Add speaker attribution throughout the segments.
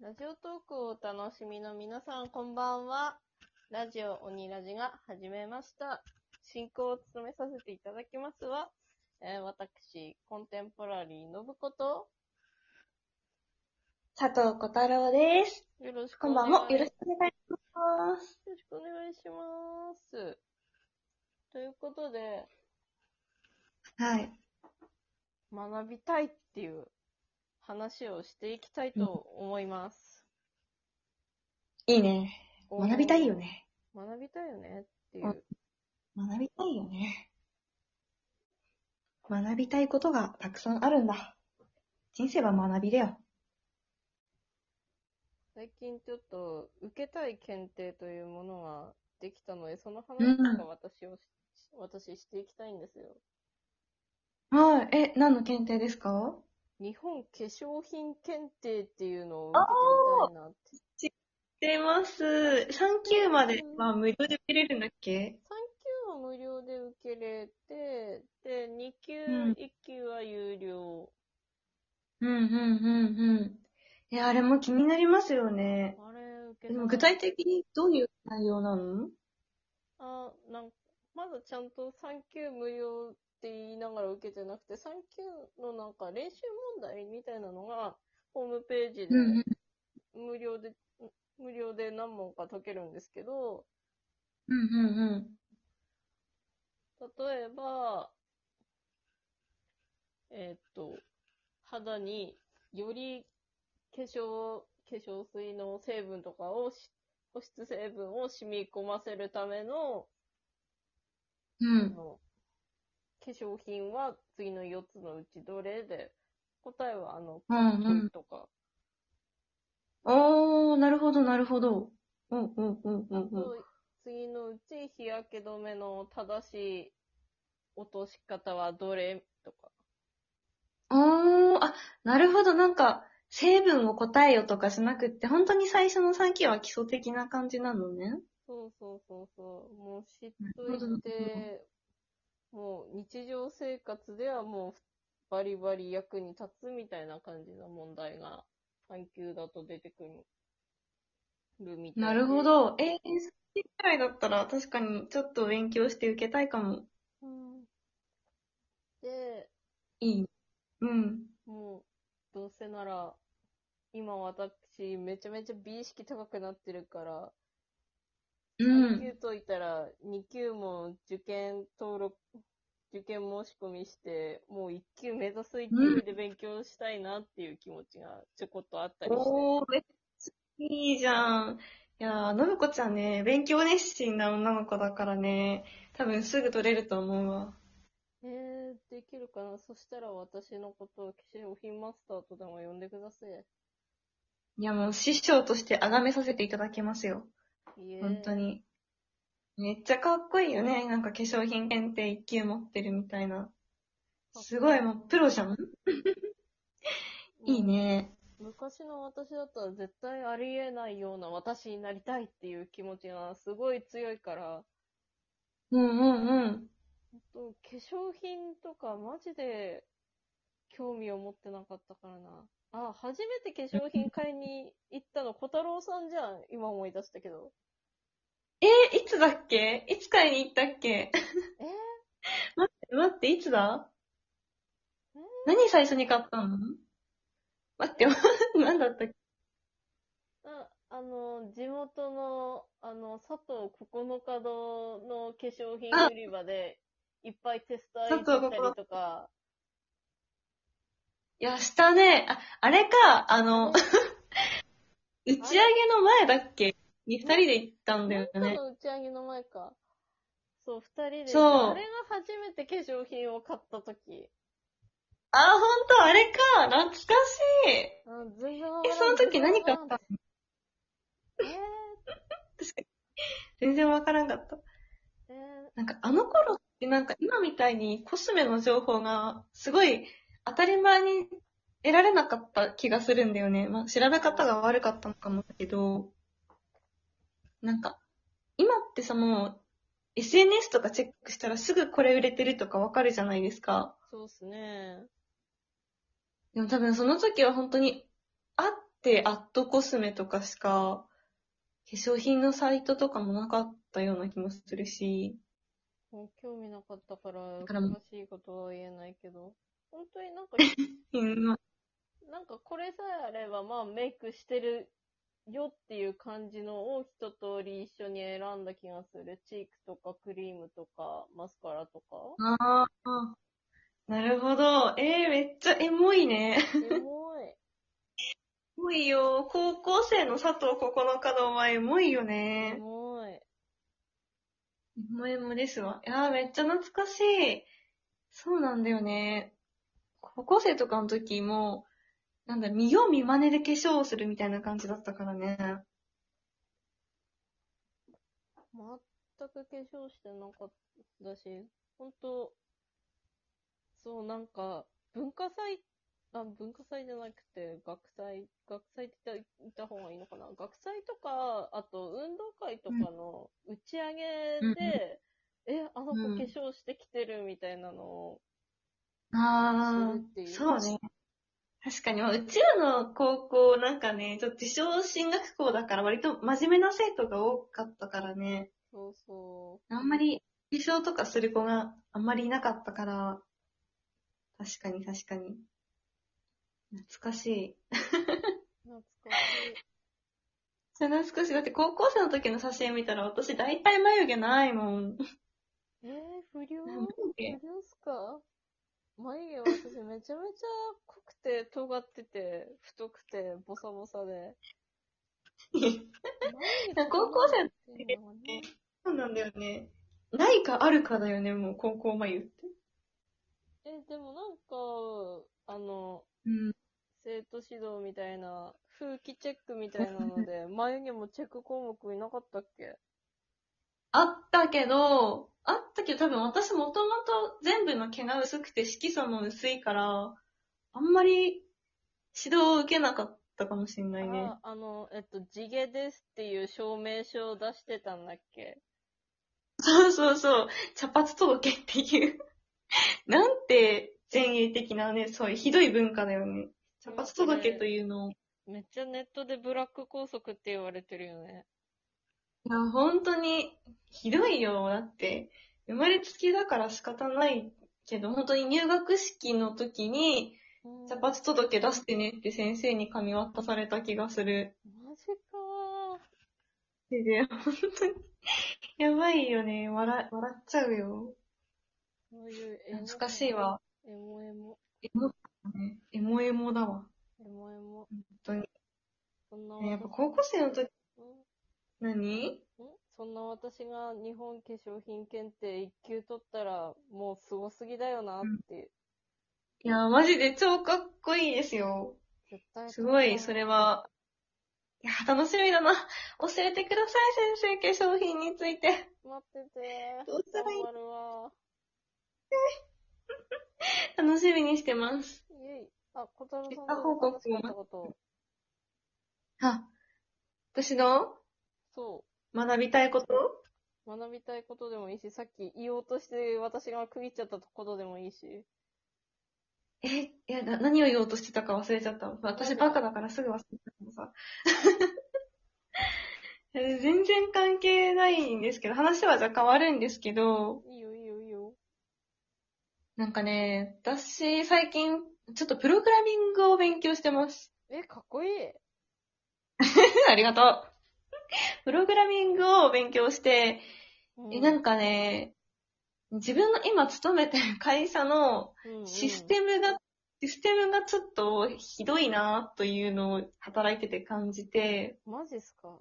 Speaker 1: ラジオトークをお楽しみの皆さん、こんばんは。ラジオ鬼ラジが始めました。進行を務めさせていただきますは、えー私、コンテンポラリーのぶこと、
Speaker 2: 佐藤小太郎です。
Speaker 1: よろしく
Speaker 2: こ
Speaker 1: お
Speaker 2: んば
Speaker 1: 願い
Speaker 2: んもよろしくお願いします。
Speaker 1: よろしくお願いします。ということで、
Speaker 2: はい。
Speaker 1: 学びたいっていう話をしていきたいと思います。
Speaker 2: いいね。学びたいよ
Speaker 1: ね。
Speaker 2: ね。
Speaker 1: 学びたいよねっていう。
Speaker 2: 学びたいよね。学びたいことがたくさんあるんだ。人生は学びだよ。
Speaker 1: 最近ちょっと受けたい検定というものができたので、その話とか私をし、私していきたいんですよ。
Speaker 2: はい。え、何の検定ですか
Speaker 1: 日本化粧品検定っていうのを受けてみたいなって。
Speaker 2: 出ます。3級
Speaker 1: までは
Speaker 2: 無料で受けれるんだっけ
Speaker 1: 3級は無料で受けれて、で、2級、
Speaker 2: うん
Speaker 1: 1級は有料。
Speaker 2: うんうんうんうん。いや、あれも気になりますよね。
Speaker 1: あれ、受け
Speaker 2: で
Speaker 1: た
Speaker 2: も具体的にどういう内容なの
Speaker 1: あなんまだちゃんと3級無料って言いながら受けてなくて、3級のなんか練習問題みたいなのが、ホームページで
Speaker 2: うん
Speaker 1: 無料で、無料で何問か解けるんですけど、
Speaker 2: うんうん。
Speaker 1: 例えば、えーっと、肌により化粧、化粧水の成分とかをし、保湿成分を染み込ませるための、
Speaker 2: うん。う
Speaker 1: あ
Speaker 2: ん。
Speaker 1: の化粧品は次の4つのうちどれで、答えはあの、
Speaker 2: うんうん
Speaker 1: ピン。とか、
Speaker 2: おー、なるほど、なるほど。うん、うん、うん、うん、
Speaker 1: あと次のうち日焼け止めの正しい落とし方はどれとか。
Speaker 2: うん。おー、あ、なるほど、なんか、成分を答えよとかしなくって、本当に最初の3期は基礎的な感じなのね。
Speaker 1: そうそうそうそう。もう知っ
Speaker 2: なるほ
Speaker 1: と
Speaker 2: ど
Speaker 1: いて、もう日常生活ではもうバリバリ役に立つみたいな感じの問題が3級だと出てくるみたいで
Speaker 2: なるほ。ど。えー、3期くらいだったら確かにちょっと勉強して受けたいかも。
Speaker 1: うんで、
Speaker 2: いい。うん。
Speaker 1: もう、どうせなら、今私、めちゃめちゃ美意識高くなってるから、
Speaker 2: う
Speaker 1: 3
Speaker 2: ん。
Speaker 1: 級解いたら、2級も受験登録、受験申し込みして、もう1級目指す1級で勉強したいなっていう気持ちがちょこっとあったりして。
Speaker 2: おー、めっちゃいいじゃん。いやー、のぶこちゃんね、勉強熱心な女の子だからね、多分すぐ取れると思うわ。
Speaker 1: えー、できるかなそしたら私のことを化粧品マスターとでも呼んでください。
Speaker 2: いやもう師匠として崇めさせていただきますよ。
Speaker 1: いえ
Speaker 2: 本当。に。めっちゃかっこいいよね。なんか化粧品検定1級持ってるみたいな。すごい、もうプロじゃん。いい。ね。
Speaker 1: 昔の私だったら絶対ありえないような私になりたいっていう気持ちがすごい強いから、
Speaker 2: うんうんうん。
Speaker 1: と化粧品とかマジで興味を持ってなかったからな。あ、初めて化粧品買いに行ったの小太郎さんじゃん。今思い出したけど。
Speaker 2: え、いつだっけいつ買いに行ったっけ
Speaker 1: え
Speaker 2: 待って、いつだ
Speaker 1: え
Speaker 2: 何最初に買ったの待って、 何だったっけ
Speaker 1: ああの、地元の、あの、佐藤9日堂の化粧品売り場で、いっぱいテスター入ってたりとか、
Speaker 2: いや、したね。あ、あれか、あの、打ち上げの前だっけに二人で行ったんだよ
Speaker 1: あ
Speaker 2: ね
Speaker 1: ん。たの打ち上げの前か。そう、二人で。
Speaker 2: そう
Speaker 1: あれが初めて化粧品を買った時。
Speaker 2: あ、ほんと、あれか、懐かしい。え、
Speaker 1: うん、全然わからん
Speaker 2: その時何買っ
Speaker 1: 全然わら
Speaker 2: た
Speaker 1: んえ
Speaker 2: 全然わからんかった。
Speaker 1: ー、えー、
Speaker 2: なんか、あの頃ってなんか今みたいにコスメの情報がすごい当たり前に得られなかった気がするんだよね。まあ、知らな方が悪かったのかもだけど、なんか、今ってさ、もう、SNS とかチェックしたらすぐこれ売れてるとかわかるじゃないですか。
Speaker 1: そうっすね。
Speaker 2: でも多分その時は本当に、あって、アットコスメとかしか、化粧品のサイトとかもなかったような気もするし、
Speaker 1: もう興味なかったから、
Speaker 2: だからもう
Speaker 1: 詳しいことは言えないけど、本当になん か、
Speaker 2: うん、まあ
Speaker 1: なんかこれさえあれば、まあメイクしてるよっていう感じのを一通り一緒に選んだ気がする。チークとかクリームとかマスカラとか。
Speaker 2: ああ、なるほど。えー、めっちゃエモいね。
Speaker 1: すごい。
Speaker 2: エモいよ。高校生の佐藤9日のお前、エモいよ
Speaker 1: す
Speaker 2: ね。
Speaker 1: ごい。
Speaker 2: エモエモですわ。いやー、めっちゃ懐かしい。そうなんだよね。高校生とかの時も、なんだ、見よう見真似で化粧をするみたいな感じだったからね。
Speaker 1: 全く化粧してなかったし、本当そう、なんか、文化祭、あ、文化祭じゃなくて、学祭、学祭って言った言った方がいいのかな学祭とか、あと運動会とかの打ち上げで、え、あの子
Speaker 2: うん
Speaker 1: 化粧してきてるみたいなのを
Speaker 2: あ
Speaker 1: するってい
Speaker 2: あ、
Speaker 1: う。
Speaker 2: そうね。確かに、まあうちらの高校なんかね、ちょっと自称進学校だから割と真面目な生徒が多かったからね。
Speaker 1: そうそ
Speaker 2: あんまり化粧とかする子があんまりいなかったから、確かに確かに。懐かしい。
Speaker 1: う。懐かしい。
Speaker 2: それ懐かしい。だって高校生の時の写真見たら私大体眉毛ないもん。
Speaker 1: えー、不良
Speaker 2: 眉
Speaker 1: あ
Speaker 2: 毛
Speaker 1: れですか眉 毛は私めちゃめちゃ濃くて尖ってて太くてボサボサで。
Speaker 2: や 高校生の
Speaker 1: 時
Speaker 2: そうなんだよね。ないかあるかだよね、もう高校眉って。
Speaker 1: え、でもなんか、あの、
Speaker 2: うん。
Speaker 1: 生徒指導みたいな、風紀チェックみたいなの で、眉毛もチェック項目いなかったっけ
Speaker 2: あったけど、あったけど多分私もともと全部の毛が薄くて色素も薄いから、あんまり指導を受けなかったかもしれないね。
Speaker 1: あ、あの、えっと、地毛ですっていう証明書を出してたんだっけ
Speaker 2: そうそうそう。茶髪届けっていう。 なんて前衛的なね、そういうひどい文化だよね。茶髪届けというのを。い
Speaker 1: めっちゃネットでブラック拘束って言われてるよね。
Speaker 2: や、本当にひどいよ。だって、生まれつきだから仕方ないけど、本当に入学式の時に、
Speaker 1: うん
Speaker 2: 茶髪届け出してねって先生に髪渡された気がする。
Speaker 1: マジかー。
Speaker 2: でね、本当に、やばいよね。笑、笑っちゃうよ。
Speaker 1: そういうエモ
Speaker 2: 懐かしいわ。
Speaker 1: エモエモ。
Speaker 2: エモ、ね、エモエモだわ。本
Speaker 1: エモエモ。
Speaker 2: 当に。
Speaker 1: そんな
Speaker 2: やっぱ高校生の時、
Speaker 1: うん
Speaker 2: 何
Speaker 1: んそんな私が日本化粧品検定1級取ったら、もうすごすぎだよなって。
Speaker 2: いやー、マジで超かっこいいですよ。
Speaker 1: 絶対。
Speaker 2: すごい、それ。は。いやー、楽しみだな。教えてください、先生、化粧品について。
Speaker 1: 待ってて。
Speaker 2: どうしたらいい
Speaker 1: 頑張るわ。
Speaker 2: 楽しみにしてます。
Speaker 1: イェイ。あ、小太郎
Speaker 2: 結
Speaker 1: さ
Speaker 2: 果
Speaker 1: ん
Speaker 2: 報
Speaker 1: の
Speaker 2: 告
Speaker 1: 楽しかったこと。
Speaker 2: あ、私の
Speaker 1: そ
Speaker 2: 学びたいこと
Speaker 1: う。学びたいことでもいいし、さっき言おうとして私が区切っちゃったことでもいいし。
Speaker 2: え、いやな、何を言おうとしてたか忘れちゃった。私バカだからすぐ忘れちゃったのさ。 え全然関係ないんですけど、話は若干悪いんですけど、
Speaker 1: いいよいいよいいよ。
Speaker 2: なんかね、私、最近、ちょっとプログラミングを勉強してます。
Speaker 1: え、かっこいい。
Speaker 2: ありがとう。プログラミングを勉強して、
Speaker 1: うん
Speaker 2: え、なんかね、自分の今勤めてる会社のシステムが、システムがちょっとひどいなというのを働いてて感じて、
Speaker 1: ム。マジっすか。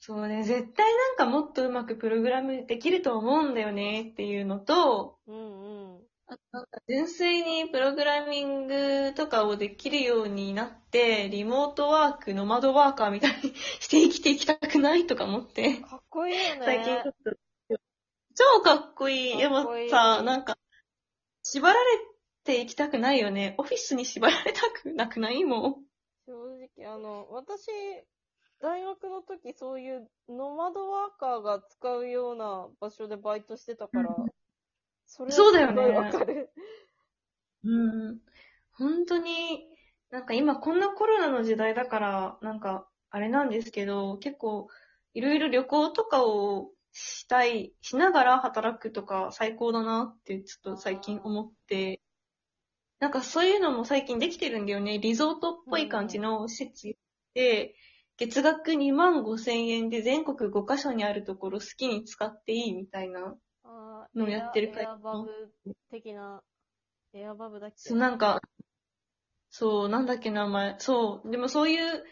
Speaker 2: そうね、絶対なんかもっとうまくプログラムできると思うんだよねっていうのと、
Speaker 1: うんうん。
Speaker 2: あとなんか純粋にプログラミングとかをできるようになって、リモートワーク、ノマドワーカーみたいにして生きていきたくないとか思って、
Speaker 1: かっこいいよね。
Speaker 2: 最近ちょっと、超かっこいい。で
Speaker 1: かっこ
Speaker 2: も
Speaker 1: いい
Speaker 2: さ、なんか、縛られていきたくないよね。オフィスに縛られたくなくないも
Speaker 1: 正直、あの、私、大学の時そういうノマドワーカーが使うような場所でバイトしてたから
Speaker 2: う、
Speaker 1: それは
Speaker 2: そうだよね
Speaker 1: すごいわかる。
Speaker 2: う。うん。本当に、なんか今こんなコロナの時代だから、なんかあれなんですけど、結構いろいろ旅行とかをしたい、しながら働くとか最高だなってちょっと最近思って、なんかそういうのも最近できてるんだよね。リゾートっぽい感じの施設で、月額2万5千円で全国5カ所にあるところ好きに使っていいみたいな。
Speaker 1: あ
Speaker 2: のやってる
Speaker 1: エ
Speaker 2: 会
Speaker 1: アエアバブ的な、エアバブだっけ
Speaker 2: そう、なんか、そう、なんだっけ名前。そう、でもそういう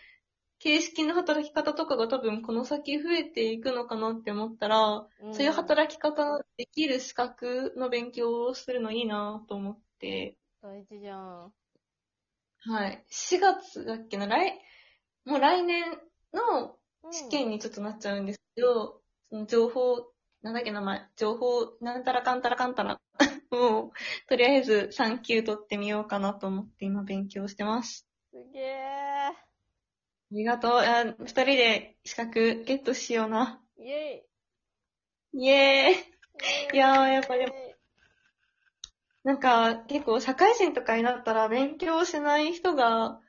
Speaker 2: 形式の働き方とかが多分この先増えていくのかなって思ったら、
Speaker 1: ん
Speaker 2: そういう働き方ができる資格の勉強をするのいいなと思って、
Speaker 1: 大事じゃん。
Speaker 2: はい。4月だっけな、来、もう来年の
Speaker 1: うん
Speaker 2: 試験にちょっとなっちゃうんですけど、その情報、なんだっけ名前、情報、なんたらかんたらかんたら。 もう、とりあえず3級取ってみようかなと思って今勉強してます。
Speaker 1: すげえ。
Speaker 2: ありがとう。あ二人で資格ゲットしような。
Speaker 1: イェイ。
Speaker 2: イエーイ
Speaker 1: イェイ
Speaker 2: いやーやっぱでも
Speaker 1: イェイ
Speaker 2: なんか、結構社会人とかになったら勉強しない人が、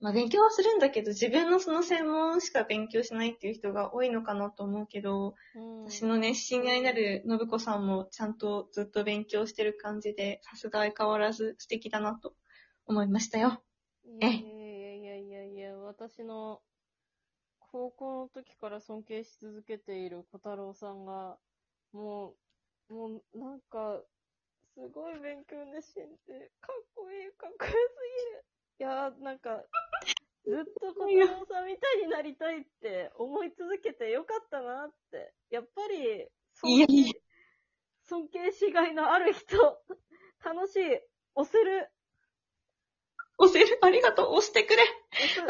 Speaker 2: まあ勉強はするんだけど、自分のその専門しか勉強しないっていう人が多いのかなと思うけど、
Speaker 1: うん
Speaker 2: 私のね、親愛なる信子さんもちゃんとずっと勉強してる感じで、さすが相変わらず素敵だなと思いましたよ。
Speaker 1: いやいやいやいやいや、私の高校の時から尊敬し続けている小太郎さんが、もう、もうなんか、すごい勉強熱心で、かっこいい、かっこよすぎる。いやー、なんか、ずっと小太郎さんみたいになりたいって思い続けてよかったなって。やっぱり、
Speaker 2: いやいや
Speaker 1: 尊敬しがいのある人、楽しい、押せる、
Speaker 2: 押せるありがとう押してくれ
Speaker 1: 押す